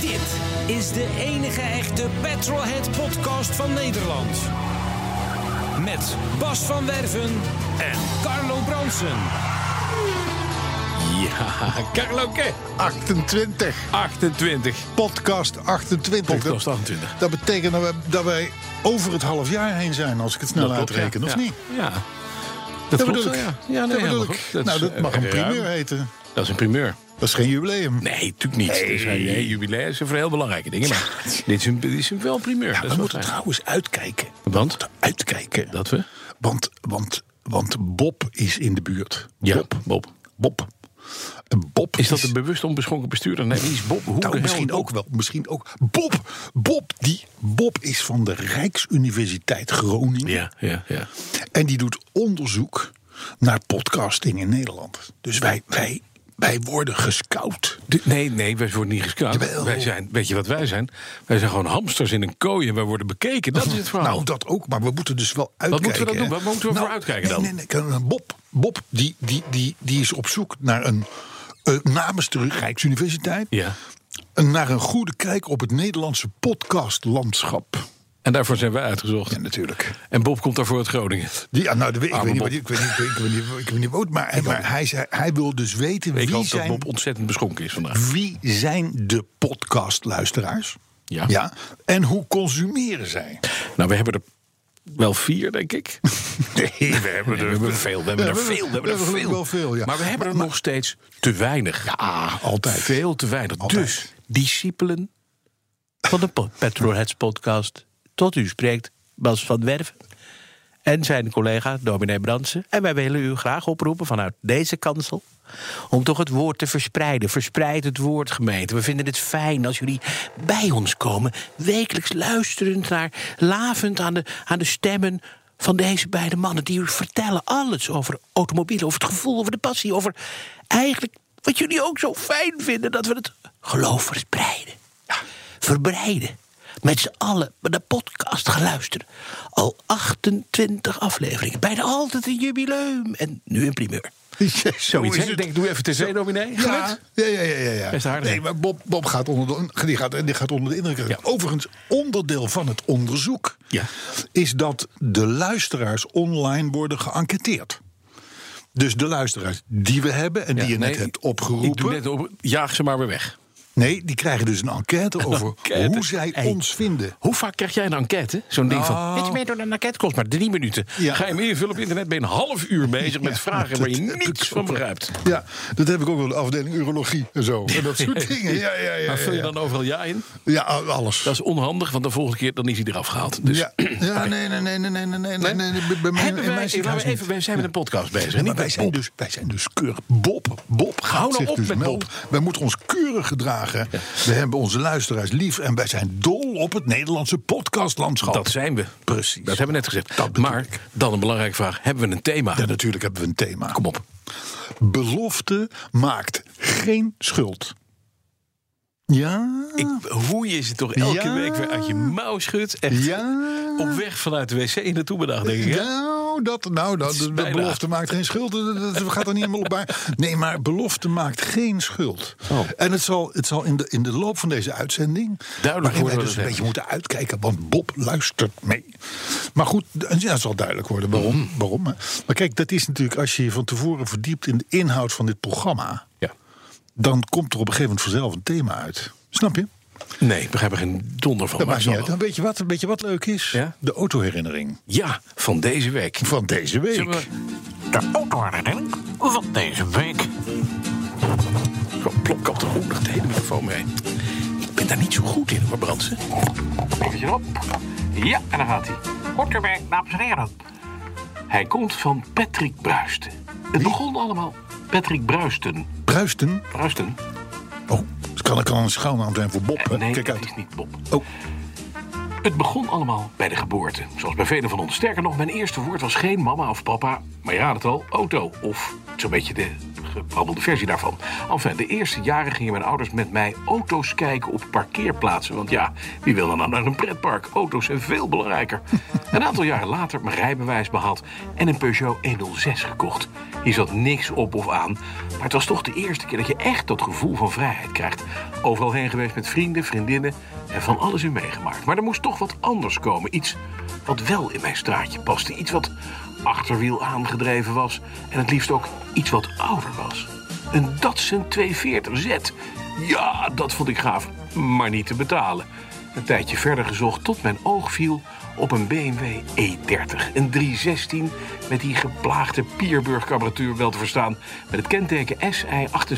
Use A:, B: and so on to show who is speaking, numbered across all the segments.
A: Dit is de enige echte Petrolhead podcast van Nederland. Met Bas van Werven en Carlo Bronsen.
B: Ja, Carlo Ke.
C: 28.
B: 28.
C: Podcast 28.
B: Podcast
C: Dat-
B: 28.
C: Dat, betekent dat wij, dat wij over het half jaar heen zijn, als ik Nou, het snel uitreken, of
B: ja.
C: niet?
B: Ja.
C: Dat,
B: klopt,
C: bedoel ik.
B: ja. Ja, nee,
C: dat
B: helemaal
C: bedoel ik.
B: goed. Dat
C: nou,
B: is,
C: dat
B: eh,
C: mag een
B: ruim.
C: primeur heten.
B: Dat is een primeur.
C: Dat is geen jubileum.
B: Nee, natuurlijk niet. Er zijn eh, jubilea zijn voor heel belangrijke dingen. Maar dit, is een, dit is een wel primeur.
C: Ja,
B: dat
C: we
B: is wel
C: moeten
B: fijn.
C: trouwens uitkijken.
B: Want?
C: Uitkijken.
B: Dat we?
C: Want, want, want Bob is in de buurt. Bob.
B: Bob.
C: Bob. En Bob
B: Is dat een bewust onbeschonken bestuurder? Nee, die is Bob. Hoe de
C: Nou,
B: hel
C: misschien
B: Bob?
C: ook wel. Misschien ook. Bob, Bob, die, Bob is van de Rijksuniversiteit Groningen.
B: Ja, ja, ja.
C: En die doet onderzoek naar podcasting in Nederland. Dus wij, wij, wij worden gescout.
B: De- nee, nee, wij worden niet gescout.
C: Jawel.
B: Wij zijn, weet je wat wij zijn? Wij zijn gewoon hamsters in een kooi en wij worden bekeken. Dat is het verhaal.
C: Nou, dat ook, maar we moeten dus wel uitkijken.
B: moeten we dan
C: hè?
B: doen? Wat moeten we
C: Nou,
B: voor uitkijken dan?
C: Nee, nee, nee. kan- Bob, Bob die, die, die, die is op zoek naar een, eh, namens de Rijksuniversiteit...
B: Ja.
C: een- naar een goede kijk op het Nederlandse podcastlandschap.
B: En daarvoor zijn wij uitgezocht.
C: Ja, natuurlijk.
B: En Bob komt daarvoor uit Groningen.
C: Die, ja, nou, de- ik,
B: Arme
C: weet niet,
B: Bob.
C: wat- ik weet niet, ik weet niet, ik weet niet, ik weet niet wat, maar, maar hij, zei- hij wil dus weten
B: Ik
C: wie
B: hoop dat
C: zijn,
B: Bob ontzettend beschonken is vandaag.
C: wie zijn de podcastluisteraars.
B: Ja.
C: ja. En hoe consumeren zij?
B: Nou, we hebben er wel vier, denk ik.
C: Nee, we hebben
B: Nee, we hebben er veel. We hebben er veel. We hebben er
C: gelukkig
B: veel.
C: wel veel, ja.
B: Maar we hebben er
C: Maar-
B: nog steeds te weinig. Ja,
C: altijd.
B: Veel te weinig.
C: Altijd.
B: Dus, discipelen.
D: van de po- Petrolheads podcast. Tot u spreekt Bas van Werven en zijn collega dominee Brandsen. En wij willen u graag oproepen vanuit deze kansel... om toch het woord te verspreiden. Verspreid het woord, gemeente. We vinden het fijn als jullie bij ons komen... wekelijks luisterend naar, lavend aan de, aan de stemmen... Van deze beide mannen die u vertellen alles over automobielen, over het gevoel, over de passie, over eigenlijk wat jullie ook zo fijn vinden dat we het geloof verspreiden verbreiden. Met z'n allen naar de podcast gaan luisteren. Al 28 afleveringen. Bijna altijd een jubileum. En nu een primeur.
B: Zoiets, hè? Ik denk, doe even tv, dominee.
C: Ja,
B: Gelukt?
C: ja, ja, ja. ja, ja.
B: Best aardig.
C: Nee, maar Bob, Bob gaat, onder de, die gaat, die gaat onder de indruk.
B: Ja.
C: Overigens, onderdeel van het onderzoek
B: Ja.
C: is dat de luisteraars online worden geënquêteerd. Dus de luisteraars die we hebben en die je net
B: nee,
C: hebt
B: Ik doe
C: opgeroepen.
B: net op, jaag ze maar weer weg.
C: Nee, die krijgen dus een enquête over
B: enquête.
C: hoe zij
B: Hey.
C: ons vinden.
B: Hoe vaak krijg jij een enquête? Zo'n ding van,
C: Nou.
B: weet je mee door de enquête? Kost maar drie minuten.
C: Ja.
B: Ga je hem invullen op internet, ben je een half uur bezig met
C: Ja,
B: vragen
C: dat-
B: waar je
C: dat-
B: niets van begrijpt.
C: Ja, dat heb ik ook wel in de afdeling urologie en zo. En dat soort dingen. Ja, ja, ja.
B: Maar vul je
C: ja,
B: dan overal ja in?
C: ja. Ja, alles.
B: Dat is onhandig, want de volgende keer dan is hij eraf gehaald. Dus
C: ja, ja nee, nee, nee, nee, nee, nee, nee, nee, nee, bij- bij mij-
B: hebben
C: in
B: wij,
C: mijn
B: laten we
C: ziekenhuis
B: even,
C: niet.
B: wij zijn met een podcast bezig.
C: Nee,
B: niet
C: maar wij
B: met
C: zijn,
B: Bob.
C: dus, wij zijn dus keurig. Bob, Bob gaat
B: nou
C: zich
B: op
C: dus
B: met
C: melden.
B: Bob.
C: Wij moeten ons keurig gedragen. We hebben onze luisteraars lief en wij zijn dol op het Nederlandse podcastlandschap.
B: Dat zijn we.
C: Precies.
B: Dat hebben we net gezegd.
C: Dat bedoel
B: maar
C: ik.
B: dan een belangrijke vraag. Hebben we een thema?
C: Ja, natuurlijk hebben we een thema.
B: Kom op.
C: Belofte maakt geen schuld. Ja,
B: Ik, hoe je ze toch elke
C: Ja.
B: week weer uit je mouw schudt. Echt
C: ja.
B: op weg vanuit de wc naartoe bedacht, denk ik. hè?
C: Nou, dat, nou dat,
B: is
C: de
B: bijna.
C: belofte maakt geen schuld. Dat, dat- dat gaat er niet helemaal op bij. Nee, maar belofte maakt geen schuld.
B: Oh.
C: En het zal, het zal in, de, in de loop van deze uitzending...
B: Duidelijk
C: waarin
B: worden
C: wij dus
B: we dat
C: een
B: hebben.
C: beetje moeten uitkijken. Want Bob luistert mee. Maar goed, d- ja, het zal duidelijk worden waarom.
B: Mm-hmm.
C: waarom hè. Maar kijk, dat is natuurlijk als je je van tevoren verdiept... in de inhoud van dit programma...
B: Ja.
C: dan komt er op een gegeven moment vanzelf een thema uit. Snap je?
B: Nee, ik begrijp er geen donder van.
C: Dat
B: maar
C: maakt
B: zal
C: niet uit.
B: wel.
C: Dan weet je wat, weet je wat leuk is?
B: Ja?
C: De autoherinnering
B: Ja, van deze week.
C: van deze week.
B: Zullen we-
E: De autoherinnering van deze week.
B: Zo, plop, kapt er ook nog de hele microfoon mee. Ik ben daar niet zo goed in, maar Brandsen.
E: Even erop. Ja, en daar gaat hij. Hoort erbij, dames en heren. Hij komt van Patrick Bruisten. Het begon allemaal. Patrick Bruisten.
C: Bruisten.
E: Bruisten?
C: Oh, het kan, het kan een schuilnaam zijn voor Bob. Hè?
E: nee,
C: Kijk
E: dat
C: uit.
E: is niet Bob.
C: Oh.
E: Het begon allemaal bij de geboorte. Zoals bij velen van ons. Sterker nog, mijn eerste woord was geen mama of papa. Maar ja, het al, auto. Of zo'n beetje de gebrabbelde versie daarvan. Enfin, de eerste jaren gingen mijn ouders met mij auto's kijken op parkeerplaatsen. Want ja, wie wil dan nou naar een pretpark? Auto's zijn veel belangrijker. een aantal jaren later mijn rijbewijs behaald en een Peugeot 106 gekocht. Hier zat niks op of aan. Maar het was toch de eerste keer dat je echt dat gevoel van vrijheid krijgt. Overal heen geweest met vrienden, vriendinnen en van alles in meegemaakt. Maar er moest toch wat anders komen. Iets wat wel in mijn straatje paste. Iets wat achterwiel aangedreven was. En het liefst ook iets wat ouder was. Een Datsun 240Z. Ja, dat vond ik gaaf. Maar niet te betalen. Een tijdje verder gezocht tot mijn oog viel op een BMW E30. E Een 316 met die geplaagde Pierburg-carburateur wel te verstaan. Met het kenteken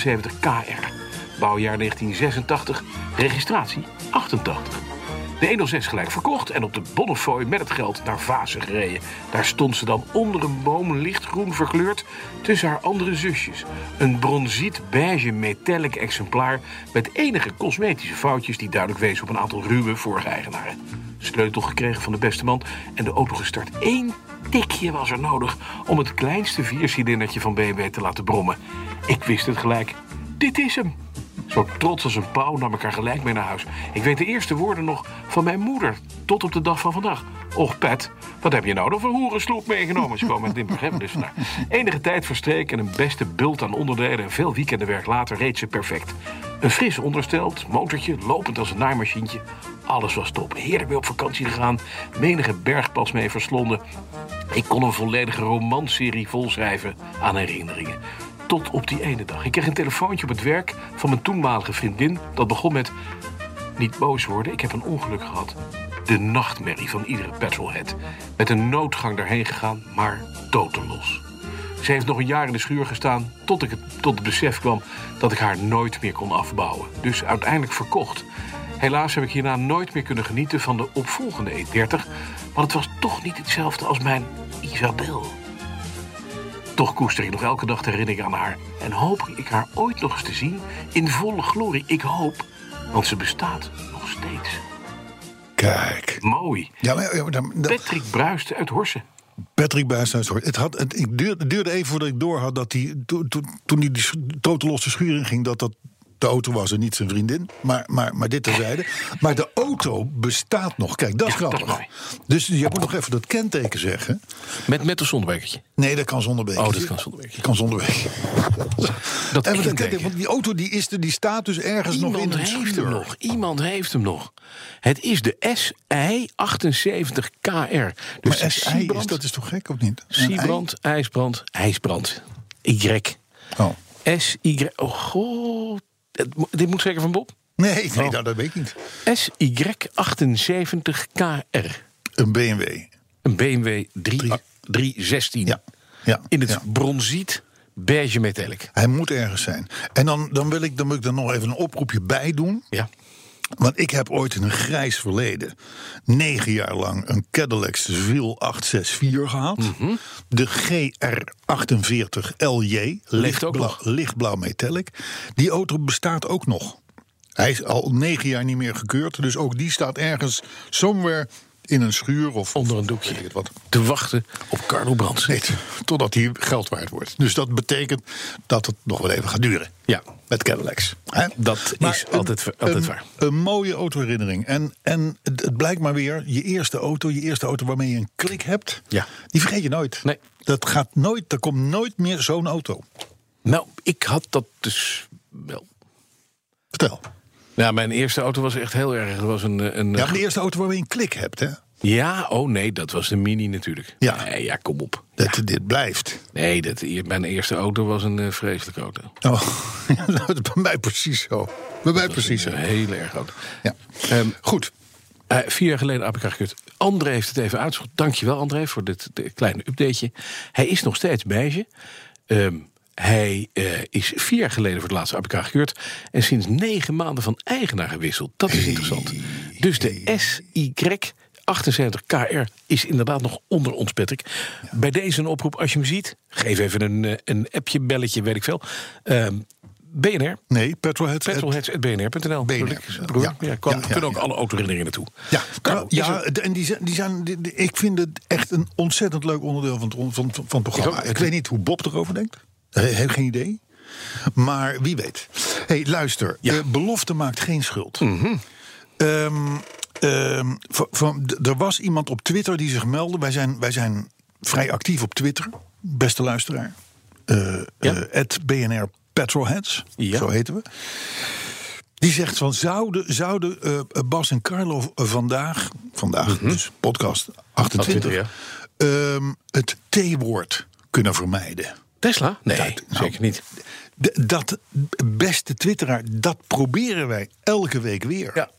E: SI78KR. Bouwjaar 1986, registratie 88. De 106 gelijk verkocht en op de Bonnefoy met het geld naar Vaassen gereden. Daar stond ze dan onder een boom lichtgroen verkleurd tussen haar andere zusjes. Een bronziet beige metallic exemplaar met enige cosmetische foutjes die duidelijk wezen op een aantal ruwe vorige eigenaren. Sleutel gekregen van de beste man en de auto gestart. Eén tikje was er nodig om het kleinste viercilindertje van BMW te laten brommen. Ik wist het gelijk. Dit is hem. Zo trots als een pauw nam ik haar gelijk mee naar huis. Ik weet de eerste woorden nog van mijn moeder, tot op de dag van vandaag. Och, Pet, wat heb je nou dan voor hoerensloep meegenomen? Ze kwam met dit begrafenis vandaag. Enige tijd verstreek en een beste bult aan onderdelen... en veel weekendenwerk later reed ze perfect. Een fris ondersteld, motortje, lopend als een naaimachientje. Alles was top. Heerlijk weer op vakantie gegaan. Menige bergpas mee verslonden. Ik kon een volledige romanserie volschrijven aan herinneringen. Tot op die ene dag. Ik kreeg een telefoontje op het werk van mijn toenmalige vriendin. Dat begon met... Niet boos worden, ik heb een ongeluk gehad. De nachtmerrie van iedere petrolhead. Met een noodgang daarheen gegaan, maar doodlos. Ze heeft nog een jaar in de schuur gestaan... tot ik het, tot het besef kwam dat ik haar nooit meer kon afbouwen. Dus uiteindelijk verkocht. Helaas heb ik hierna nooit meer kunnen genieten van de opvolgende E30... want het was toch niet hetzelfde als mijn Isabel. Toch koester ik nog elke dag de herinnering aan haar. En hoop ik haar ooit nog eens te zien in volle glorie. Ik hoop, want ze bestaat nog steeds.
C: Kijk.
E: Mooi.
C: Ja, maar, ja, maar dan- dan-
E: Patrick Bruist uit Horsen.
C: Patrick Buijshuis hoor. Het, had, het ik duurde, duurde even voordat ik door had dat hij. to- to- toen hij die sch- totelos de schuur in ging, dat dat de auto was en niet zijn vriendin. Maar, maar, maar dit terzijde. Maar de auto bestaat nog. Kijk, dat is
E: Ja, dat is
C: grappig. dus je moet nog even dat kenteken zeggen.
B: Met, met een zonnewerkertje.
C: Nee, dat kan zonder beetje.
B: Oh, dat kan zonder beetje.
C: Dat kan zonder beetje.
B: Dat
C: En want dat
B: kenteken.
C: kenteken, want die auto die is er, die staat dus ergens nog in
B: Iemand
C: de
B: heeft hem
C: schuur.
B: nog. Iemand heeft hem nog. Het is de SI78KR. Dus
C: Maar
B: de
C: SI is,
B: Siebrand,
C: dat is toch gek of niet? Een
B: Siebrand, ijsbrand, ijsbrand. Y.
C: ei? Oh.
B: SY. Oh god. Het mo- Dit moet zeker van Bob.
C: Nee, nee nou, dat weet ik niet.
B: SY78KR.
C: Een BMW.
B: Een BMW 3, 316.
C: Ja. ja.
B: In het
C: ja.
B: bronziet beige metallic.
C: Hij moet ergens zijn. En dan, dan, wil ik, dan moet ik er nog even een oproepje bij doen.
B: Ja.
C: Want ik heb ooit in een grijs verleden negen jaar lang een Cadillac Seville 864 gehad.
B: Mhm.
C: De GR48 LJ,
B: ook
C: lichtblauw,
B: nog.
C: lichtblauw metallic. Die auto bestaat ook nog. Hij is al negen jaar niet meer gekeurd. Dus ook die staat ergens somewhere in een schuur of
B: Onder een
C: weet ik
B: doekje.
C: het wat.
B: Te wachten op Carlo Brands.
C: Nee, totdat hij geld waard wordt. Dus dat betekent dat het nog wel even gaat duren.
B: Ja.
C: Met Cadillacs. hè?
B: Dat
C: Maar
B: is
C: een-
B: altijd, wa- altijd
C: een,
B: waar.
C: Een mooie autoherinnering. En, en het, het blijkt maar weer, je eerste auto, je eerste auto waarmee je een klik hebt,
B: Ja.
C: die vergeet je nooit.
B: Nee.
C: Dat gaat nooit, er komt nooit meer zo'n auto.
B: Nou, ik had dat dus wel.
C: Vertel.
B: Nou, mijn eerste auto was echt heel erg. Dat was een, eh, een
C: Ja, maar de eerste auto waarmee je een klik hebt, hè?
B: Ja, oh nee, dat was de Mini natuurlijk.
C: Ja.
B: Nee, ja, kom op.
C: Dat dit blijft.
B: Nee, dat, mijn eerste auto was een eh, vreselijke auto.
C: Oh, ja, dat is bij mij precies zo. Bij mij precies zo.
B: Een eh, hele erg auto.
C: Ja.
B: Ehm,
C: Goed.
B: eh, vier jaar geleden heb ik haar gekut. André heeft het even uitgezocht. Dankjewel André voor dit eh, kleine updateje. Hij is nog steeds meisje. Ehm, hij eh, is vier jaar geleden voor het laatst APK gekeurd. En sinds negen maanden van eigenaar gewisseld. Dat is interessant. Dus de SY 78 KR is inderdaad nog onder ons, Patrick. Bij deze een oproep, als je hem ziet, geef even een, eh, een appje, belletje, weet ik veel. Ehm, BNR,
C: Nee, eh, petrolhead.
B: petrolheads.bnr.nl.
C: BNR,
B: Ja,
C: ja.
B: ja, kan,
C: Ja, ja,
B: kunnen ook
C: ja.
B: alle autoherinneringen naartoe.
C: Ja, nou,
B: Carlo, is
C: ja
B: er-
C: de- en die zijn, die zijn, die- die- ik vind het echt een ontzettend leuk onderdeel van het, on- van, van het programma.
B: ook.
C: Ik, weet niet hoe Bob erover denkt. He- Heb geen idee. Maar wie weet. hey, luister.
B: Ja.
C: Eh, belofte maakt geen schuld. Ehm, ehm, van- van- d- er was iemand op Twitter die zich meldde. Wij zijn, wij zijn vrij actief op Twitter, beste luisteraar. Eh
B: Ja.
C: eh, at BNR Petrolheads,
B: Ja.
C: zo heten we. Die zegt van, zouden, zouden eh, Bas en Carlo v- vandaag, vandaag dus podcast 28,
B: Mhm. ja.
C: ehm, het T-woord kunnen vermijden?
B: Tesla? Nee,
C: Dat- nou,
B: zeker niet.
C: D- dat beste twitteraar, dat proberen wij elke week weer.
B: Ja.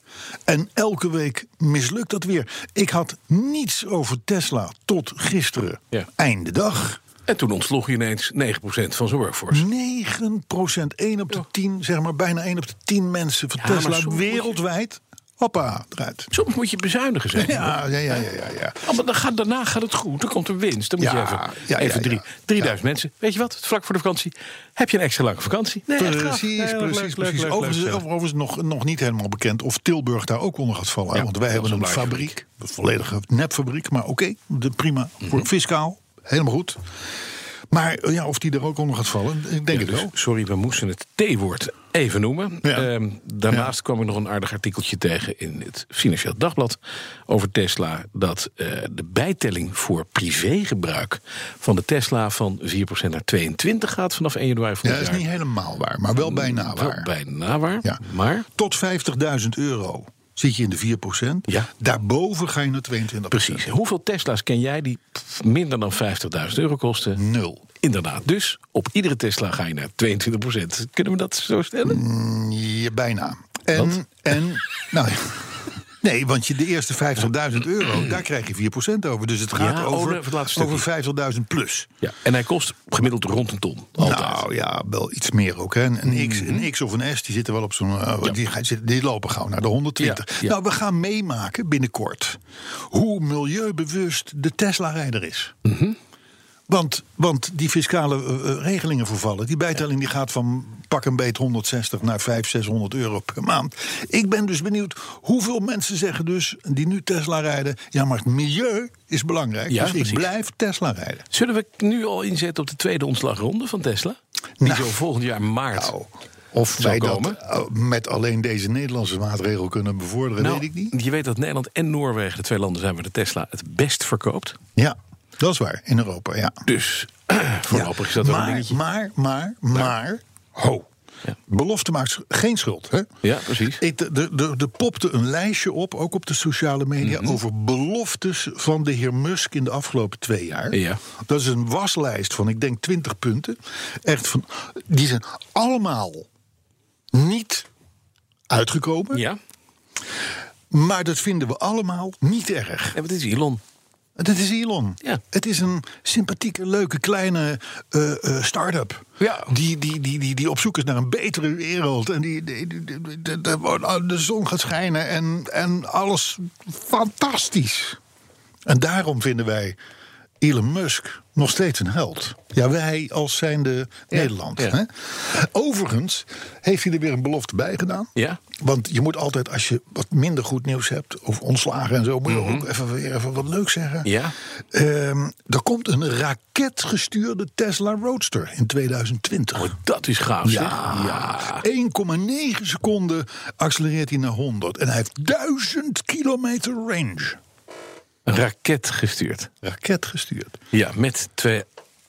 C: En elke week mislukt dat weer. Ik had niets over Tesla tot gisteren,
B: Ja.
C: einde dag.
B: En toen ontsloeg je ineens 9% van zijn
C: Mm.
B: workforce.
C: 9 procent, 1 op de 10, zeg maar bijna 1 op de 10 mensen van
B: Ja, maar soms
C: Tesla
B: moet je-
C: wereldwijd. Hoppa, eruit.
B: Soms moet je bezuinigen zijn.
C: Ja, ja, ja, ja, ja. ja.
B: Oh, maar dan gaat, daarna gaat het goed. Dan komt er winst. Dan moet
C: Ja,
B: je even,
C: ja,
B: even
C: ja,
B: drie,
C: ja.
B: 3000 mensen. Weet je wat? Het is Vlak voor de vakantie. Heb je een extra lange vakantie? Nee, echt gaaf.
C: Precies,
B: Nee, leuk,
C: precies, precies.
B: leuk, leuk, leuk,
C: overigens
B: leuk.
C: overigens nog, nog niet helemaal bekend of Tilburg daar ook onder gaat vallen. hè,
B: Ja,
C: want wij
B: dat
C: hebben
B: is
C: een
B: een
C: fabriek,
B: blaadje
C: een volledige nepfabriek. Maar oké, de prima.
B: Mhm.
C: Voor fiscaal, helemaal goed. Maar eh, ja, of die er ook onder gaat vallen, ik denk het
B: Dus,
C: wel.
B: sorry, we moesten het T-woord even noemen.
C: Ja.
B: Ehm, daarnaast kwam ik nog een aardig artikeltje tegen in het Financieel Dagblad over Tesla. Dat eh, de bijtelling voor privégebruik van de Tesla van 4% naar 22% gaat vanaf 1 januari
C: Ja,
B: volgend
C: dat is
B: jaar.
C: niet helemaal waar, maar wel bijna
B: Mm, Wel
C: waar.
B: bijna waar.
C: Ja.
B: Maar
C: Tot 50.000 euro zit je in de 4%.
B: Ja.
C: Daarboven ga je naar 22%.
B: precies. Hoeveel Tesla's ken jij die pff, minder dan 50.000 euro kosten?
C: Nul.
B: Inderdaad. Dus op iedere Tesla ga je naar 22%. Kunnen we dat zo stellen?
C: Hmm. Je bijna. En, en nou, ja. nee, want je, de eerste 50.000 euro, daar krijg je 4% over. Dus het gaat
B: Ja, oh,
C: over,
B: nee, het laatste
C: over 50.000 plus.
B: Ja. En hij kost gemiddeld rond een ton. Altijd. Mhm.
C: Nou ja, wel iets meer ook. Hè. Een, een X, een X of een S, die zitten wel op zo'n. eh, die, gaan- zitten- die lopen gauw naar de 120.
B: Ja, ja.
C: Nou, we gaan meemaken binnenkort hoe milieubewust de Tesla-rijder is.
B: Mhm.
C: Want, want die fiscale eh, eh, regelingen vervallen. Die bijtelling die gaat van pak een beet 160 naar 500, 600 euro per maand. Ik ben dus benieuwd hoeveel mensen zeggen dus, die nu Tesla rijden... ja, maar het milieu is belangrijk,
B: Ja,
C: dus
B: precies.
C: ik blijf Tesla rijden.
B: Zullen we nu al inzetten op de tweede ontslagronde van Tesla? Die
C: Nou.
B: zo volgend jaar maart.
C: Nou, of
B: zou
C: wij
B: komen.
C: dat eh, met alleen deze Nederlandse maatregel kunnen bevorderen,
B: Nou,
C: weet ik niet.
B: Je weet dat Nederland en Noorwegen, de twee landen zijn waar de Tesla het best verkoopt.
C: Ja, dat is waar, in Europa, ja.
B: Dus voorlopig
C: Ja,
B: is dat wel
C: maar,
B: een dingetje.
C: Maar, maar, maar, ho.
B: Ja.
C: Belofte maakt sch- geen schuld, hè?
B: Ja, precies.
C: Ik, de, de, de, de popte een lijstje op, ook op de sociale media...
B: Mhm.
C: over beloftes van de heer Musk in de afgelopen twee jaar.
B: Ja.
C: Dat is een waslijst van, ik denk, 20 punten. Echt van, die zijn allemaal niet uitgekomen.
B: Ja,
C: Maar dat vinden we allemaal niet erg.
B: en wat is Elon?
C: Dat is Elon.
B: Ja.
C: Het is een sympathieke, leuke, kleine eh, eh, start-up.
B: Ja.
C: Die, die, die, die, die op zoek is naar een betere wereld. En die, die- die- die- die- die- de, zon gaat schijnen en, en alles fantastisch. En daarom vinden wij Elon Musk nog steeds een held. Ja, wij als zijnde Nederland.
B: ja.
C: Hè? Overigens heeft hij er weer een belofte bij gedaan.
B: Ja.
C: Want je moet altijd, als je wat minder goed nieuws hebt, of ontslagen en zo, moet je ook even weer even wat leuks zeggen.
B: Mhm. Ja.
C: Ehm, er komt een raketgestuurde Tesla Roadster in 2020.
B: Dat is gaaf, zeg.
C: Ja. 1,9 seconden accelereert hij naar 100. En hij heeft 1000 kilometer range.
B: Een raket gestuurd.
C: Raket gestuurd.
B: Ja, met twee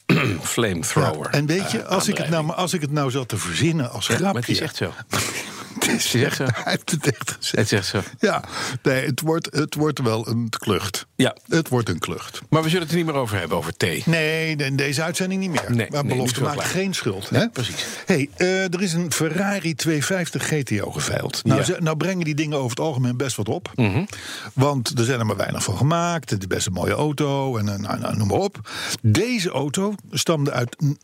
B: flamethrower.
C: en weet je,
B: eh,
C: als, ik het nou, maar als ik het nou zat te verzinnen als grapje.
B: maar het is echt zo.
C: het is echt zo. Hij heeft het echt gezegd.
B: Het is echt zo.
C: Ja, nee, het, wordt, het wordt wel een klucht.
B: Ja.
C: Het wordt een klucht.
B: Maar we zullen het er niet meer over hebben, over thee.
C: Nee, nee, in deze uitzending niet meer.
B: Nee,
C: maar
B: nee, niet
C: belofte
B: zo
C: maakt
B: klaar.
C: geen schuld. Hè?
B: precies.
C: hey, eh, er is een Ferrari 250 GTO geveild. Nou,
B: Ja. Mhm.
C: ze- nou brengen die dingen over het algemeen best wat op. Want er zijn er maar weinig van gemaakt. Het is best een mooie auto. En eh, nou, nou, noem maar op. Deze auto stamde uit n-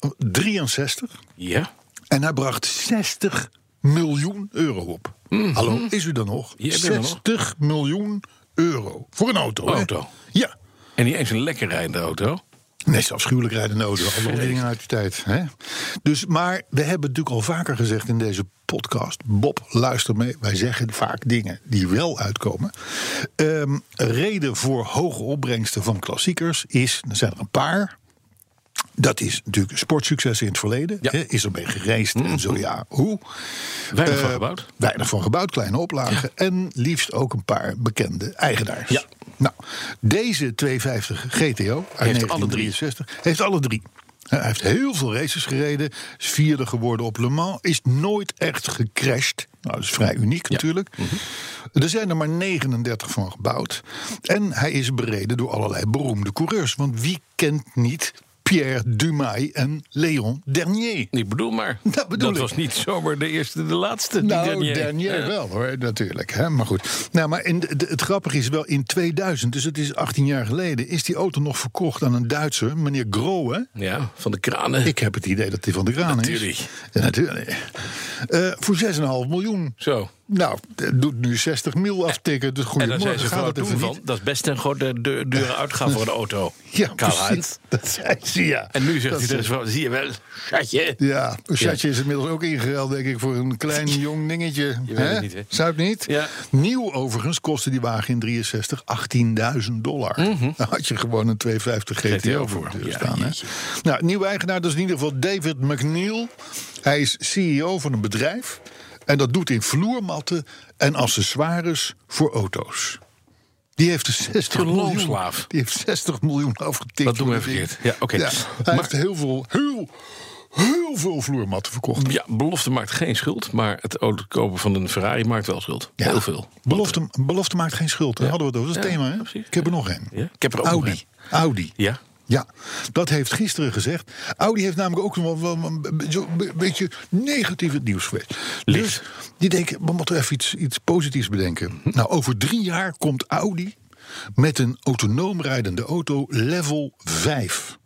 C: 1963.
B: Ja.
C: En hij bracht
B: Mm.
C: 60 miljoen euro op. Hallo, is u dan nog?
B: Je bent er nog.
C: 60 miljoen euro. Voor een auto. hè?
B: Auto.
C: Ja.
B: En niet eens een lekker rijdende auto.
C: Nee, ze afschuwelijk rijden nodig. Allemaal dingen uit die tijd. Hè? Dus, maar we hebben natuurlijk al vaker gezegd in deze podcast. Bob, luister mee. Wij zeggen vaak dingen die wel uitkomen. Ehm, reden voor hoge opbrengsten van klassiekers is. Er zijn er een paar. Dat is natuurlijk sportsucces in het verleden.
B: Ja. Mm.
C: Hè? Is er mee gereisd en zo ja, hoe?
B: Weinig van
C: Eh,
B: gebouwd.
C: Weinig van gebouwd, kleine oplagen. En liefst ook een paar bekende eigenaars.
B: Ja.
C: Nou, deze 250 GTO uit
B: Heeft alle drie.
C: 1963 heeft alle drie. Hij heeft heel veel races gereden. Is vierde geworden op Le Mans. Is nooit echt gecrashed. Nou, dat is vrij uniek natuurlijk.
B: Mhm.
C: Er zijn er maar 39 van gebouwd. En hij is bereden door allerlei beroemde coureurs. Want wie kent niet Pierre Dumay en Léon Dernier?
B: Ik bedoel maar.
C: Dat bedoel ik.
B: was niet zomaar de eerste, de laatste. die
C: Nou,
B: Dernier.
C: Dernier, wel hoor, natuurlijk. Hè? Maar goed. Nou, maar in de- de- het grappige is wel, in 2000, dus het is 18 jaar geleden... is die auto nog verkocht aan een Duitser, meneer Grohe.
B: Ja, van de kranen.
C: Ik heb het idee dat die van de kraan is.
B: Natuurlijk.
C: Ja, natuurlijk. Eh, voor 6,5 miljoen.
B: Zo.
C: Nou, dat doet nu 60 mil aftikken. Dus
B: En dan zijn
C: goedemorgen,
B: ze
C: gaat
B: vrouw
C: het
B: toen
C: even
B: van,
C: niet.
B: dat is best een goede, du- dure uitgave voor een auto.
C: Ja,
B: Karl
C: precies.
B: Heinz.
C: Dat zei ze, ja.
B: En nu zegt
C: Dat
B: hij
C: zei
B: dus van, zie je wel, schatje.
C: Ja, een chatje is inmiddels ook ingeruild, denk ik, voor een klein jong dingetje.
B: weet het niet, hè?
C: Zou het niet?
B: Ja.
C: Nieuw overigens kostte die wagen in 63 18.000 dollar.
B: Mhm.
C: Daar had je gewoon een 250 GTO,
B: GTO
C: voor
B: voor.
C: de deur
B: Ja,
C: staan. Hè?
B: jeetje.
C: Nou, nieuwe eigenaar, dat is in ieder geval David McNeil. Hij is CEO van een bedrijf. En dat doet in vloermatten en accessoires voor auto's. Die heeft dus 60
B: Een
C: miljoen.
B: loonslaaf.
C: Die heeft 60 miljoen afgetikt.
B: Dat doen we
C: voor dit
B: verkeerd.
C: ding.
B: Ja, oké.
C: hij
B: Maar-
C: heeft heel veel, heel, heel veel vloermatten verkocht.
B: Ja, belofte maakt geen schuld, maar het auto kopen van een Ferrari maakt wel schuld.
C: Ja.
B: Heel veel.
C: Belofte, belofte maakt geen schuld. Daar hadden we het over. Dat is het
B: Ja,
C: thema, hè?
B: precies.
C: Ik heb er nog één.
B: Ja, ik heb er ook
C: Audi.
B: nog
C: Audi.
B: Ja.
C: Ja, dat heeft gisteren gezegd. Audi heeft namelijk ook nog wel- wel een be- zo- be- beetje negatief het nieuws geweest. Dus die denken, we moeten even iets, iets positiefs bedenken.
B: Hm.
C: Nou, over drie jaar komt Audi met een autonoom rijdende auto level 5.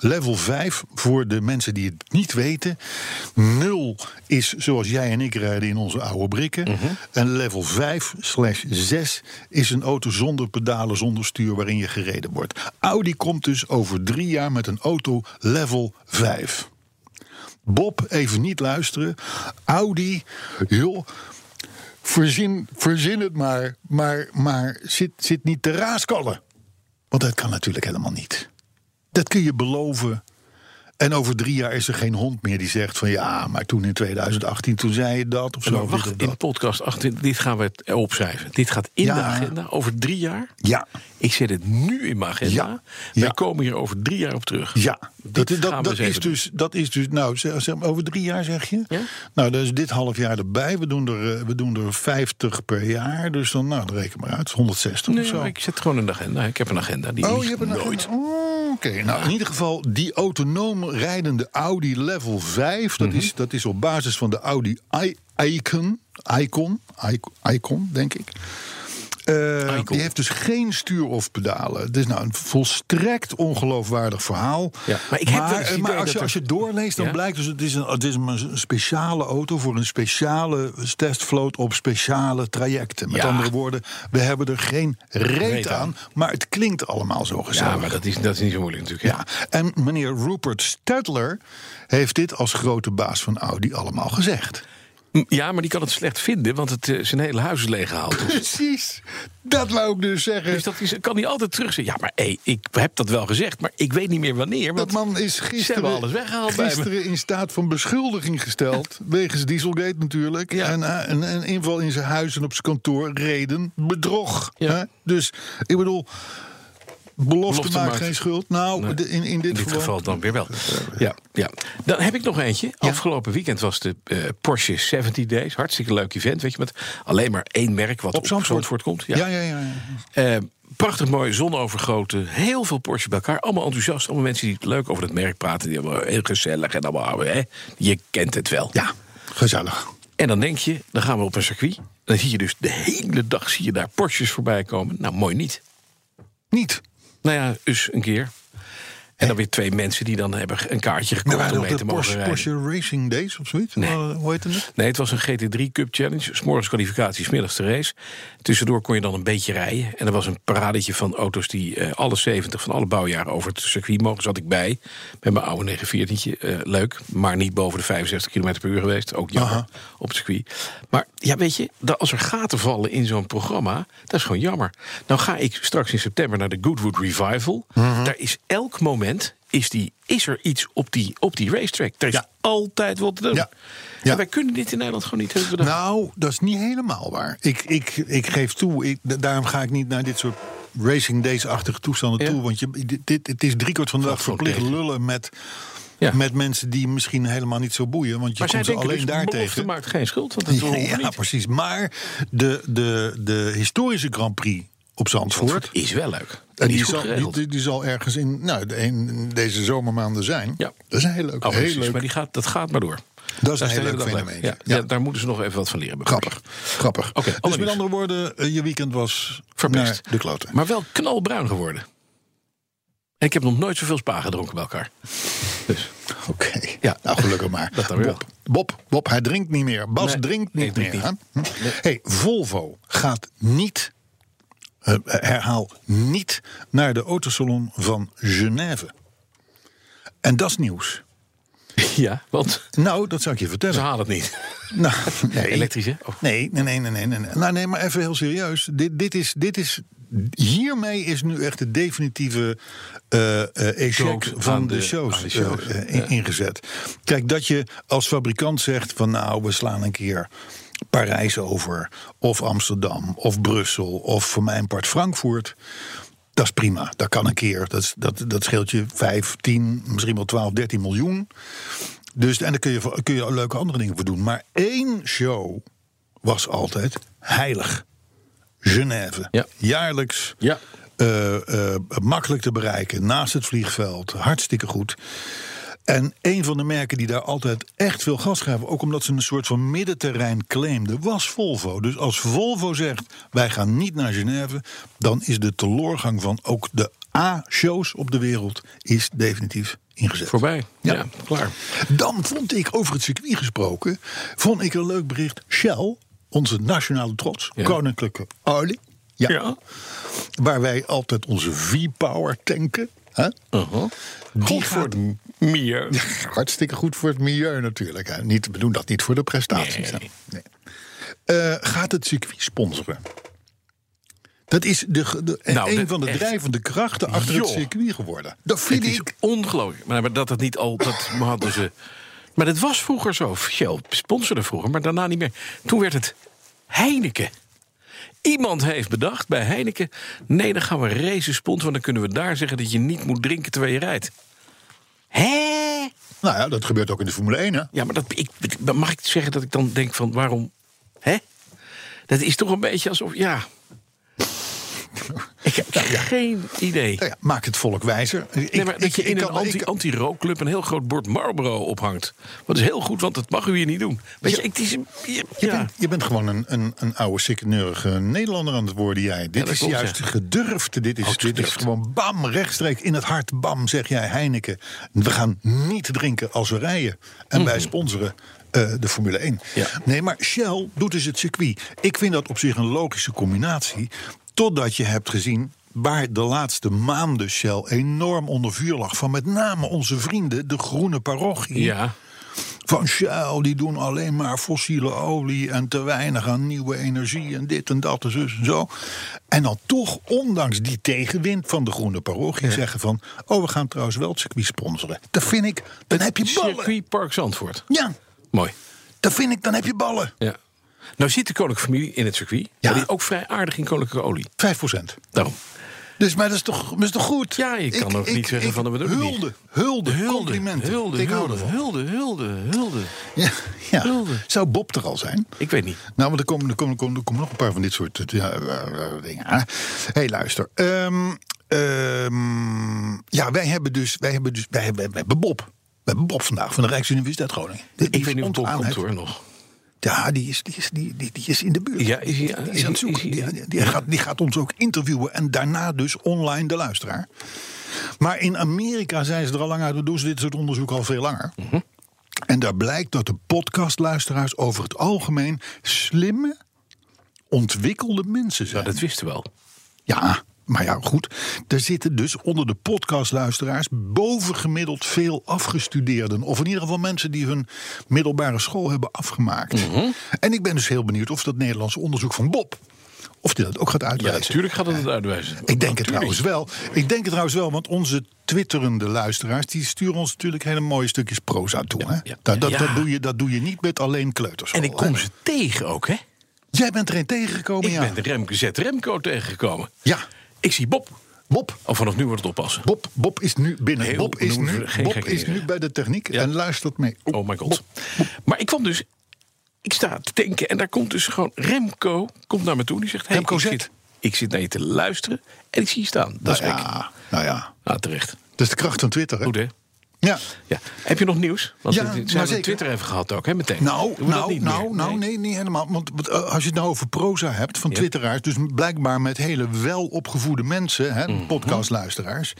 C: Level 5, voor de mensen die het niet weten. 0 is zoals jij en ik rijden in onze oude brikken. En level 5 slash 6 is een auto zonder pedalen, zonder stuur waarin je gereden wordt. Audi komt dus over drie jaar met een auto level 5. Bob, even niet luisteren. Audi, joh, verzin, verzin het maar. Maar, maar zit, zit niet te raaskallen. Want dat kan natuurlijk helemaal niet. Dat kun je beloven. En over drie jaar is er geen hond meer die zegt van ja, maar toen in 2018, toen zei je dat of zo.
B: Maar
C: of
B: wacht,
C: dit
B: in
C: of dat.
B: podcast 18, dit gaan we het opschrijven. Dit gaat in
C: Ja.
B: de agenda over drie jaar.
C: Ja.
B: Ik zet het nu in mijn agenda.
C: Ja.
B: Wij
C: Ja.
B: komen hier over drie jaar op terug.
C: Ja,
B: Dit
C: dat, is-
B: gaan
C: dat,
B: we
C: dat,
B: eens
C: is
B: even doen.
C: dus, dat is dus, nou, zeg, zeg maar, over drie jaar zeg je.
B: Ja.
C: Nou, dus dit half jaar erbij. We doen, er, eh, we doen er 50 per jaar. Dus dan, nou, dan reken maar uit. 160
B: Nee,
C: of zo.
B: maar ik zet gewoon in de agenda. Ik heb een agenda. Die
C: Oh,
B: liegt
C: je hebt een
B: nooit.
C: agenda. Oh, Oké, nou in ieder geval die autonoom rijdende Audi Level 5.
B: Mhm.
C: Dat, is, dat is op basis van de Audi I- Icon. Icon, Icon, Icon, denk ik. Eh,
B: Icon.
C: die heeft dus geen stuur of pedalen. Het is nou een volstrekt ongeloofwaardig verhaal.
B: Ja, maar ik heb wel eens
C: eh,
B: het
C: maar
B: idee
C: als, je,
B: dat er-
C: als je doorleest, dan
B: Ja?
C: blijkt dus... het is, een, het is maar een speciale auto voor een speciale testvloot... op speciale trajecten. Met
B: Ja.
C: andere woorden, we hebben er geen reet
B: Reet aan.
C: aan... maar het klinkt allemaal zo gezellig.
B: Ja, maar dat is, dat is niet zo moeilijk natuurlijk.
C: Ja, en meneer Rupert Stedtler heeft dit als grote baas van Audi allemaal gezegd.
B: Ja. ja, maar die kan het slecht vinden, want het, eh, zijn hele huis is leeggehaald. Dus-
C: Precies, dat wou ik dus zeggen.
B: Dus dat is, kan hij altijd terugzeggen. Ja, maar hé, ik heb dat wel gezegd, maar ik weet niet meer wanneer.
C: dat
B: Want
C: man is
B: Ze
C: gisteren,
B: hebben alles weggehaald bij me.
C: gisteren in staat van beschuldiging gesteld. wegens Dieselgate natuurlijk.
B: Ja.
C: En eh, een, een inval in zijn huis en op zijn kantoor. Reden bedrog.
B: Ja.
C: hè? Dus ik bedoel, belofte,
B: Belofte
C: maakt
B: maakt-
C: geen schuld. Nou,
B: Nee.
C: de- in, in dit,
B: in dit geval dan weer wel. Ja, ja. Dan heb ik nog eentje. Afgelopen weekend was de eh, Porsche 70 Days. Hartstikke leuk event, weet je. Met alleen maar één merk wat op,
C: Zandvoort.
B: Zandvoort komt.
C: Ja, ja, ja. ja.
B: Eh, prachtig mooi, zonovergoten. Heel veel Porsche bij elkaar. Allemaal enthousiast. Allemaal mensen die leuk over het merk praten. Die allemaal heel gezellig en allemaal... Hè? Je kent het wel.
C: ja gezellig.
B: En dan denk je, dan gaan we op een circuit. Dan zie je dus de hele dag zie je daar Porsches voorbij komen. Nou, mooi niet.
C: Niet.
B: Nou ja, dus een keer. En dan weer twee mensen die dan hebben een kaartje
C: We
B: gekocht
C: waren
B: om
C: op
B: mee
C: de
B: te mogen
C: Porsche,
B: rijden.
C: Porsche Racing Days of zoiets. Eh, hoe heette het?
B: Nee, het was een GT3 Cup Challenge. S'morgens kwalificatie, smiddags de race. Tussendoor kon je dan een beetje rijden. En er was een paradetje van auto's die eh, alle 70 van alle bouwjaren over het circuit mogen. Zat ik bij met mijn oude 914. Eh leuk, maar niet boven de 65 km per uur geweest. Ook jammer
C: Aha.
B: op het circuit. Maar ja, weet je, da- als er gaten vallen in zo'n programma, dat is gewoon jammer. Nou ga ik straks in september naar de Goodwood Revival.
C: Mhm.
B: Daar is elk moment. Is, die, is er iets op die, op die racetrack? Er is
C: Ja.
B: altijd wat te doen.
C: Ja.
B: Ja.
C: Ja.
B: wij kunnen dit in Nederland gewoon niet. hebben we dat-
C: Nou, dat is niet helemaal waar. Ik, ik, ik geef toe, ik, da- daarom ga ik niet naar dit soort racing days-achtige toestanden
B: Ja.
C: toe. Want je, dit, dit, het is driekwart van de dag
B: Valt gewoon
C: verplicht
B: tegen.
C: lullen met,
B: Ja.
C: met mensen die misschien helemaal niet zo boeien. Want je
B: maar zij
C: komt ze
B: denken
C: alleen
B: dus,
C: daar
B: belofte
C: tegen.
B: maakt geen schuld, want dat
C: Ja,
B: horen we
C: ja,
B: niet.
C: precies. Maar de, de, de historische Grand Prix op Zandvoort.
B: Is wel leuk.
C: En
B: En
C: die,
B: is goed
C: zal, die,
B: geregeld.
C: die- die zal ergens in, nou, de- in deze zomermaanden zijn.
B: Ja.
C: Dat is een heel leuk,
B: Oh,
C: heel
B: precies,
C: leuk
B: maar die gaat, dat gaat maar door.
C: Dat is
B: Daar
C: een heel
B: zijn we
C: leuk
B: dan bij.
C: fenomeen.
B: Ja,
C: Ja.
B: ja, daar moeten ze nog even wat van leren. begrijp ik.
C: Grappig. Grappig.
B: Oké, ander
C: dus met
B: nieuws.
C: andere woorden, eh, je weekend was
B: Verpest.
C: naar de kloten.
B: Maar wel knalbruin geworden. En ik heb nog nooit zoveel spa gedronken bij elkaar. Dus,
C: Oké.
B: Ja.
C: Ja. Nou, gelukkig maar.
B: Dat dan weer
C: Bob, Bob, Bob, hij drinkt niet meer. Bas
B: Nee,
C: drinkt
B: nee,
C: niet
B: drinkt
C: meer.
B: niet.
C: hè? Hm? Hey, Volvo gaat niet, eh, herhaal, niet naar de autosalon van Genève. En dat is nieuws.
B: ja, want
C: Nou, dat zou ik je vertellen.
B: ze halen het niet.
C: Nou, nee.
B: Elektrisch, hè? Oh.
C: Nee, nee, nee, nee, nee, nee. nee. Nou, nee, maar even heel serieus. Dit, dit is, dit is, hiermee is nu echt de definitieve eh eh
B: Dood
C: echec
B: aan
C: van de,
B: de-
C: shows,
B: aan de shows.
C: eh, eh, in- ingezet. Kijk, dat je als fabrikant zegt van nou, we slaan een keer Parijs over... of Amsterdam, of Brussel, of voor mijn part Frankfurt... Dat is prima, dat kan een keer. Dat, is- dat, dat scheelt je 5, 10, misschien wel 12, 13 miljoen. Dus, en daar kun je, voor- kun je leuke andere dingen voor doen. Maar één show was altijd heilig. Genève.
B: Ja.
C: Jaarlijks.
B: Ja.
C: eh, eh, makkelijk te bereiken. Naast het vliegveld. Hartstikke goed. En een van de merken die daar altijd echt veel gas gaven, ook omdat ze een soort van middenterrein claimden, was Volvo. Dus als Volvo zegt: wij gaan niet naar Genève, dan is de teleurgang van ook de A-shows op de wereld is definitief ingezet.
B: Voorbij. Ja,
C: Ja.
B: klaar.
C: Dan vond ik, over het circuit gesproken, vond ik een leuk bericht. Shell, onze nationale trots,
B: Ja.
C: koninklijke olie. Ja,
B: Ja.
C: Waar wij altijd onze V-Power tanken. Hè?
B: Uh-huh.
C: Die
B: Goed
C: gaat-
B: voor het meer.
C: Hartstikke goed voor het milieu natuurlijk. Hè? Niet, we doen dat niet voor de prestaties. hè.
B: Nee.
C: Eh, gaat het circuit sponsoren? Dat is de, ge- de-
B: Nou,
C: een
B: de-
C: van de
B: echt.
C: drijvende krachten achter
B: Joh.
C: het circuit geworden. Dat
B: Het
C: vind
B: is
C: ik.
B: ongelooflijk. Maar maar dat het niet al. Dat hadden ze. Maar dat was vroeger zo. Shell sponsorde vroeger, maar daarna niet meer. Toen werd het Heineken. Iemand heeft bedacht bij Heineken. Nee, dan gaan we races sponsoren. Want dan kunnen we daar zeggen dat je niet moet drinken terwijl je rijdt. Hè?
C: Nou ja, dat gebeurt ook in de Formule 1. Hè?
B: Ja, maar dat, ik, ik- mag ik zeggen dat ik dan denk van waarom? Hè? Dat is toch een beetje alsof. Ja. Ik heb geen idee.
C: Nou ja, maak het volk wijzer. Ik-
B: Nee, maar dat
C: ik-
B: je in
C: ik
B: een
C: kan- ik-
B: anti- anti-rookclub een heel groot bord Marlboro ophangt. Wat is heel goed, want dat mag u hier niet doen. Weet je,
C: Ja.
B: het is een... je-
C: Je,
B: Ja.
C: bent, je bent gewoon een, een, een oude, sikkeneurige Nederlander aan het worden, jij. Dit
B: dat
C: is
B: klopt,
C: juist
B: ja.
C: gedurfd. Dit is,
B: het
C: dit is
B: gedurfd.
C: gewoon bam, rechtstreeks in het hart. Bam, zeg jij Heineken. We gaan niet drinken als we rijden. En wij sponsoren eh, de Formule 1.
B: Mhm. Ja.
C: Nee, maar Shell doet dus het circuit. Ik vind dat op zich een logische combinatie. Totdat je hebt gezien waar de laatste maanden Shell enorm onder vuur lag. Van met name onze vrienden, de groene parochie
B: ja,
C: van Shell, die doen alleen maar fossiele olie en te weinig aan nieuwe energie en dit en dat en zus en zo. En dan toch, ondanks die tegenwind van de groene parochie, zeggen van, oh, we gaan trouwens wel het circuit sponsoren. Dat vind ik, dan heb je ballen.
B: circuit Park Zandvoort.
C: Ja,
B: Mooi.
C: dat vind ik, dan heb je ballen.
B: Ja. Nou zit de koninklijke familie in het circuit.
C: Ja.
B: Maar die ook vrij aardig in koninklijke olie.
C: 5 procent.
B: Daarom.
C: Dus, maar dat is toch, dat is toch goed?
B: Ja, je kan ook niet zeggen van, we doen het niet.
C: hulde, hulde, complimenten.
B: Hulde,
C: ik hou
B: hulde,
C: ervan.
B: hulde, hulde, hulde.
C: Ja, ja.
B: Hulde.
C: Zou Bob er al zijn?
B: Ik weet niet.
C: Nou, want er komen, er, komen, er, komen, er komen nog een paar van dit soort eh, ja, eh, eh, dingen. Hé, hey, luister. Ehm, ehm, ja, wij hebben dus, wij hebben dus, wij hebben, wij hebben Bob. We hebben Bob vandaag van de Rijksuniversiteit Groningen. Die- die
B: Ik weet niet of
C: ons
B: het
C: aan
B: komt
C: heeft-
B: hoor nog.
C: Ja, die is, die, is, die, die, die is in de buurt.
B: Ja, is hij-
C: die, die is
B: is
C: aan
B: hij-
C: het zoeken.
B: is hij-
C: Die, die, gaat, die gaat ons ook interviewen en daarna dus online de luisteraar. Maar in Amerika zijn ze er al lang uit. We doen ze dit soort onderzoek al veel langer.
B: Mhm.
C: En daar blijkt dat de podcastluisteraars over het algemeen slimme, ontwikkelde mensen zijn.
B: Dat wisten we al.
C: Ja, maar ja, goed. Er zitten dus onder de podcastluisteraars bovengemiddeld veel afgestudeerden. Of in ieder geval mensen die hun middelbare school hebben afgemaakt.
B: Mhm.
C: En ik ben dus heel benieuwd of dat Nederlandse onderzoek van Bob. of die dat ook gaat
B: Ja,
C: uitwijzen.
B: natuurlijk gaat het het uitwijzen.
C: Ik denk het trouwens wel. Ik denk het trouwens wel, want onze twitterende luisteraars... die sturen ons natuurlijk hele mooie stukjes proza toe. Hè?
B: ja.
C: Dat, dat,
B: Ja.
C: dat, doe je, dat doe je niet met alleen kleuters.
B: En ik kom ze tegen ook, hè?
C: Jij bent er een tegengekomen,
B: Ik
C: ja.
B: ben de Remco, zet Remco tegengekomen.
C: Ja,
B: Ik zie Bob.
C: Bob.
B: Oh, vanaf nu wordt het oppassen.
C: Bob, Bob is nu binnen.
B: Heel-
C: Bob is
B: noem
C: nu,
B: het geen
C: Bob
B: gekke
C: is
B: dingen.
C: nu bij de techniek
B: Ja.
C: en luistert mee.
B: Oh, my god. Maar ik kwam dus... Ik sta te denken en daar komt dus gewoon Remco komt naar me toe. Die zegt, hey,
C: Remco
B: ik,
C: Zet.
B: zit, ik zit naar je te luisteren en ik zie je staan. Dat
C: nou,
B: is ik.
C: ja, nou ja,
B: Ah, terecht.
C: dat is de kracht van Twitter. Hè?
B: Goed, hè?
C: Ja.
B: Ja. Heb je nog nieuws? Want
C: Ja,
B: dit- dit
C: maar
B: zijn we
C: zeker.
B: Twitter even gehad ook, hè, meteen. Doen
C: Nou,
B: we dat
C: nou,
B: niet
C: nou,
B: meer?
C: nou, nee, niet helemaal. Want want, eh, als je het nou over proza hebt van twitteraars... dus blijkbaar met hele welopgevoede mensen, hè,
B: Mhm.
C: podcastluisteraars...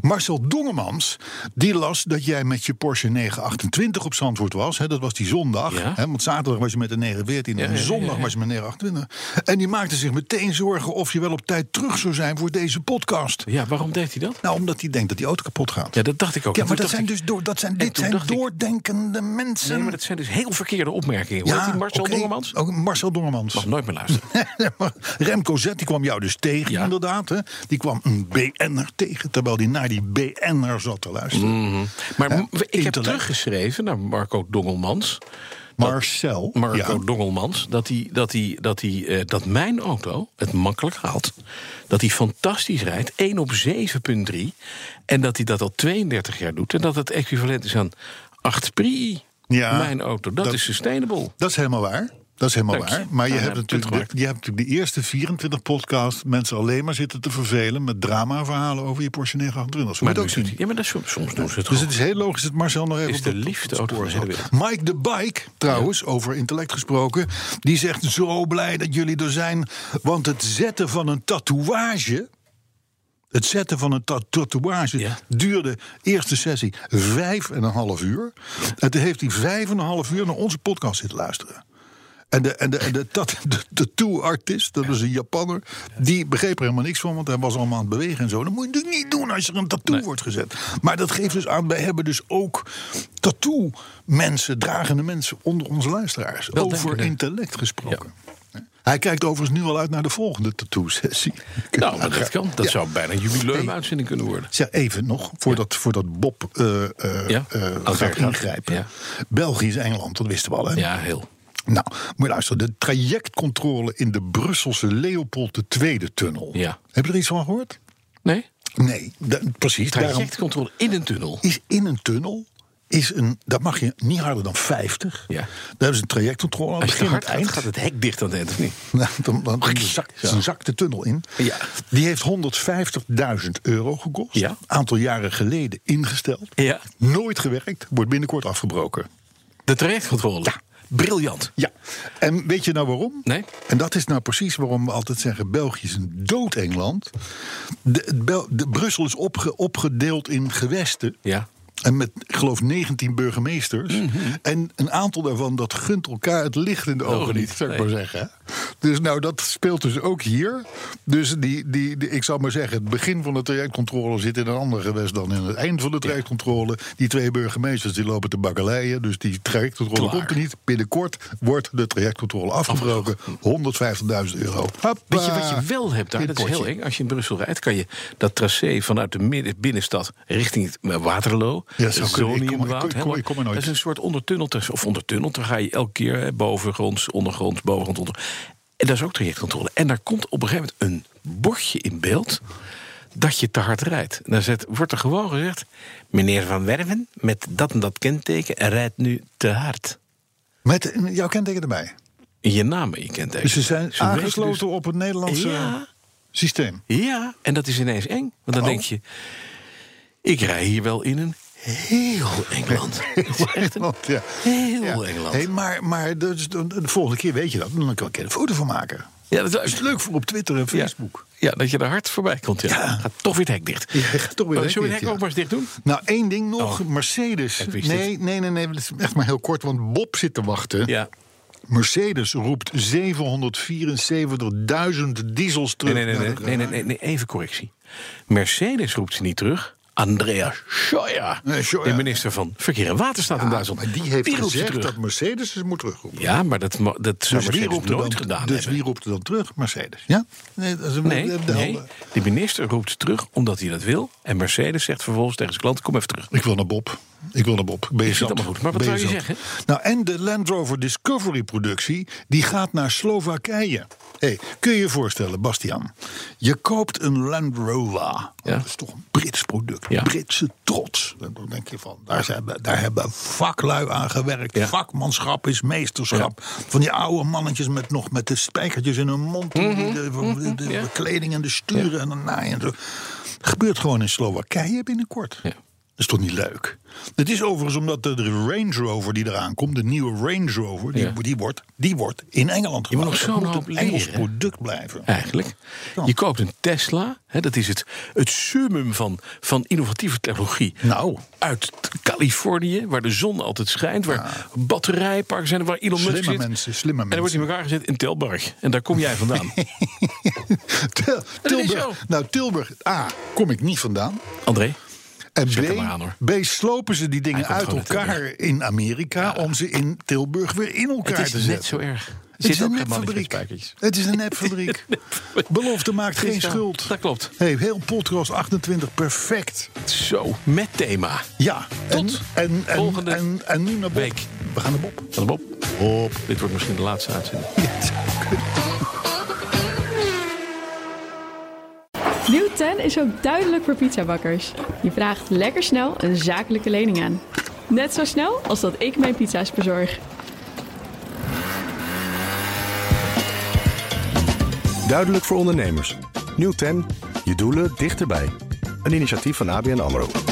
C: Marcel Dongemans, die las dat jij met je Porsche 928 op Zandvoort was. Hè, dat was die zondag.
B: Ja.
C: Hè, want zaterdag was je met de 914 en
B: ja, ja,
C: zondag was je met de 928. En die maakte zich meteen zorgen of je wel op tijd terug zou zijn voor deze podcast.
B: Ja, waarom deed hij dat?
C: Nou, omdat hij denkt dat die auto kapot gaat.
B: Ja, dat dacht ik ook.
C: Ja, maar
B: En toen
C: dat zijn
B: dacht ik-
C: dus door, dat zijn,
B: en
C: dit
B: toen
C: zijn
B: dacht ik-
C: doordenkende mensen.
B: Nee, maar dat zijn dus heel verkeerde opmerkingen. Hoor. die Marcel
C: oké. Oh.
B: Dongemans?
C: Ook Marcel Dongemans.
B: Mag nooit meer luisteren.
C: Remco Zet, die kwam jou dus tegen,
B: Ja.
C: inderdaad. Hè? Die kwam een BN'er tegen, terwijl die naar die BN'er zat te luisteren.
B: Mm, Maar m- ik heb
C: intellect.
B: teruggeschreven naar Marco Dongelmans.
C: Marcel.
B: Marco
C: ja.
B: Dongelmans, dat, hij, dat, hij, dat, hij, eh, dat mijn auto het makkelijk haalt. Dat hij fantastisch rijdt, 1 op 7,3. En dat hij dat al 32 jaar doet. En dat het equivalent is aan 8 Prix,
C: Ja,
B: mijn auto. Dat,
C: dat-
B: is sustainable.
C: Dat is helemaal waar. Dat is helemaal
B: Dank je.
C: waar. Maar je,
B: Nou,
C: hebt
B: nou, punt
C: natuurlijk de, je hebt natuurlijk de eerste 24 podcast mensen alleen maar zitten te vervelen met drama-verhalen over je Porsche 928. Zo moet je
B: nu
C: het ook zien.
B: doet hij- ja, maar dat is, soms- soms doen ze het
C: Dus
B: gewoon.
C: het is heel logisch dat Marcel nog even
B: Is
C: op
B: de
C: dat-
B: liefste
C: op dat
B: auto
C: spoor
B: van de
C: zat. Mike de Bike, trouwens, over intellect gesproken... die zegt zo blij dat jullie er zijn... want het zetten van een tatoeage... het zetten van een ta- tatoeage
B: Ja.
C: duurde eerste sessie vijf en een half uur. En toen heeft hij vijf en een half uur naar onze podcast zitten luisteren. En de, en de, en de, tat- de tattoo-artist, dat is een Japanner... die begreep er helemaal niks van, want hij was allemaal aan het bewegen en zo. Dat moet je natuurlijk niet doen als er een tattoo wordt gezet. Maar dat geeft dus aan, wij hebben dus ook tattoo-mensen... dragende mensen onder onze luisteraars. over
B: denkende.
C: intellect gesproken. Hij kijkt overigens nu al uit naar de volgende tattoo-sessie.
B: Nou, maar dat kan. Dat
C: Ja.
B: zou bijna een jubileum-uitzending kunnen worden.
C: Zeg, even nog, voordat, voordat Bob eh, eh,
B: Ja,
C: eh,
B: aan
C: gaat
B: ver gaat.
C: ingrijpen.
B: Ja.
C: België is Engeland, dat wisten we al. Hè?
B: Ja, heel.
C: Nou, moet je luisteren. De trajectcontrole in de Brusselse Leopold II-tunnel.
B: Ja.
C: Heb je er iets van gehoord?
B: Nee?
C: Nee, da- precies. Daarom
B: Trajectcontrole in een tunnel.
C: is in een tunnel... Is een, dat mag je niet harder dan 50.
B: Ja.
C: Daar hebben ze een trajectcontrole. Aan
B: Als
C: het
B: je te
C: begin en het
B: hard gaat,
C: eind.
B: gaat het hek dicht aan het eind, of niet?
C: Nou, dan, dan, dan zakt dan zakt de tunnel in.
B: Ja.
C: Die heeft 150.000 euro gekost.
B: Ja.
C: aantal jaren geleden ingesteld.
B: Ja.
C: Nooit gewerkt. Wordt binnenkort afgebroken.
B: De trajectcontrole. Ja. Briljant.
C: Ja. En weet je nou waarom?
B: Nee.
C: En dat is nou precies waarom we altijd zeggen... België is een dood Engeland. De, het Bel- de, Brussel is opge- opgedeeld in gewesten.
B: Ja. Mhm.
C: En met, ik geloof, 19 burgemeesters. En een aantal daarvan, dat gunt elkaar het licht in de ogen,
B: ogen
C: niet,
B: niet,
C: zou ik
B: nee.
C: maar zeggen. Dus nou, dat speelt dus ook hier. Dus die, die, die- ik zou maar zeggen, het begin van de trajectcontrole zit in een ander gewest dan in het eind van de trajectcontrole. Die twee burgemeesters die lopen te bakkeleien. Dus die trajectcontrole
B: Klaar.
C: komt er niet. Binnenkort wordt de trajectcontrole afgebroken. 150.000 euro.
B: Oh. Weet je wat je wel hebt daar?
C: In
B: Dat
C: het
B: is heel
C: potje.
B: eng. Als je in Brussel rijdt, kan je dat tracé vanuit de midden- binnenstad richting het eh, Waterloo.
C: Ja, zou kunnen. Ik kom- ik kom-
B: Zoniumwoud,
C: ik kom-
B: helemaal-
C: ik kom er nooit.
B: Dat is een soort ondertunneltracé. Of ondertunnel, daar ga je elke keer hè, bovengronds, ondergronds, bovengrond, onder. En dat is ook trajectcontrole. En daar komt op een gegeven moment een bordje in beeld dat je te hard rijdt. En Dan zet, wordt er gewoon gezegd... meneer Van Werven, met dat en dat kenteken... rijdt nu te hard.
C: Met eh, een- jouw kenteken erbij.
B: Je naam en je kenteken.
C: Dus ze zijn
B: weten
C: aangesloten
B: dus-
C: op het Nederlandse
B: Ja.
C: systeem.
B: Ja, en dat is ineens eng. Want dan
C: Oh.
B: denk je, ik rij hier wel in een heel Engeland. Het is echt een
C: Engeland, ja.
B: heel
C: Ja.
B: Engeland.
C: Hey, maar maar dus, de, de volgende keer weet je dat. Dan kan ik er een foto van maken.
B: Ja, dat
C: is leuk voor op Twitter en Facebook.
B: Ja, ja, dat je er hard voorbij komt. Ja. Gaat toch weer het hek dicht.
C: Ja, gaat toch weer
B: Oh,
C: het hek
B: Zullen we
C: dicht,
B: het hek ook
C: ja.
B: maar eens dicht doen?
C: Nou, één ding nog.
B: Oh.
C: Mercedes.
B: Ik wist
C: Nee, nee, nee, nee. Dat is echt maar heel kort, want Bob zit te wachten.
B: Ja.
C: Mercedes roept 774.000 diesels terug.
B: Nee, nee,
C: naar
B: nee,
C: de
B: nee, nee, nee, nee, nee, even correctie. Mercedes roept ze niet terug. Andreas Scheuer,
C: Nee, Scheuer.
B: de minister van Verkeer en Waterstaat in Duitsland.
C: Maar die heeft
B: roept ze
C: gezegd
B: Ah, terug.
C: dat Mercedes ze moet terugroepen. Dus
B: Ja, maar dat, mo- dat zou Mercedes
C: er
B: nooit
C: dan,
B: gedaan
C: dus
B: hebben.
C: wie roept er dan terug? Mercedes. Ja? Nee, dat is een
B: Nee,
C: de- de-
B: nee, de minister roept terug omdat hij dat wil. En Mercedes zegt vervolgens tegen zijn klant, kom even terug.
C: Ik wil naar Bob. Ik wil naar Bob. Ben je
B: zit
C: zat?
B: allemaal goed. Maar wat
C: Ben
B: zou je
C: zat?
B: zeggen?
C: Nou, en de Land Rover Discovery productie, die gaat naar Slowakije. hey, kun je je voorstellen, Bastiaan? Je koopt een Land Rover. Dat is toch een Brits product.
B: Ja.
C: Britse trots. En dan denk je van, daar, zijn we, daar hebben vaklui aan gewerkt.
B: Ja.
C: Vakmanschap is meesterschap. Van die oude mannetjes met, nog met de spijkertjes in hun mond. die
B: Mhm.
C: de, de- de- de kleding en de sturen en de naaien. en zo. Gebeurt gewoon in Slowakije binnenkort.
B: Ja.
C: Dat is toch niet leuk? Het is overigens omdat de, de Range Rover die eraan komt, de nieuwe Range Rover, die,
B: Ja.
C: die, wordt, die wordt in Engeland
B: Je moet
C: gemaakt.
B: nog
C: Dat
B: zo'n
C: moet
B: hoop
C: een Engels
B: leren, hè?
C: product blijven.
B: Eigenlijk.
C: Ja.
B: Je koopt een Tesla. Hè, dat is het, het summum van, van innovatieve technologie.
C: Nou.
B: Uit t- Californië, waar de zon altijd schijnt. Waar batterijparken zijn. Waar Elon Musk
C: Slimme
B: zit.
C: mensen, slimme
B: En dan wordt
C: mensen.
B: hij in elkaar gezet in Telburg. En daar kom jij vandaan.
C: Til-
B: zo.
C: Tilburg, nou, Tilburg, A, kom ik niet vandaan.
B: André,
C: En
B: Zet hem
C: B,
B: maar aan, hoor.
C: B, slopen ze die dingen
B: Hij komt
C: uit
B: gewoon uit
C: elkaar in Amerika om ze in Tilburg weer in elkaar
B: het
C: te
B: is
C: zetten.
B: net zo erg. Er
C: Het is
B: zitten
C: een
B: ook geen mannetjes met
C: nepfabriek.
B: spijkertjes.
C: Het is een nepfabriek. Belofte maakt geen schuld.
B: Dat klopt.
C: Hey, heel podcast 28, perfect.
B: Zo, met thema.
C: Ja,
B: Tot
C: en, en, en,
B: volgende
C: en, en nu naar Bob.
B: week.
C: We gaan naar Bob.
B: Van Bob. Dit wordt misschien de laatste uitzending.
F: Nieuw 10 is ook duidelijk voor pizzabakkers. Je vraagt lekker snel een zakelijke lening aan. Net zo snel als dat ik mijn pizza's bezorg.
G: Duidelijk voor ondernemers. Nieuw 10, je doelen dichterbij. Een initiatief van ABN AMRO.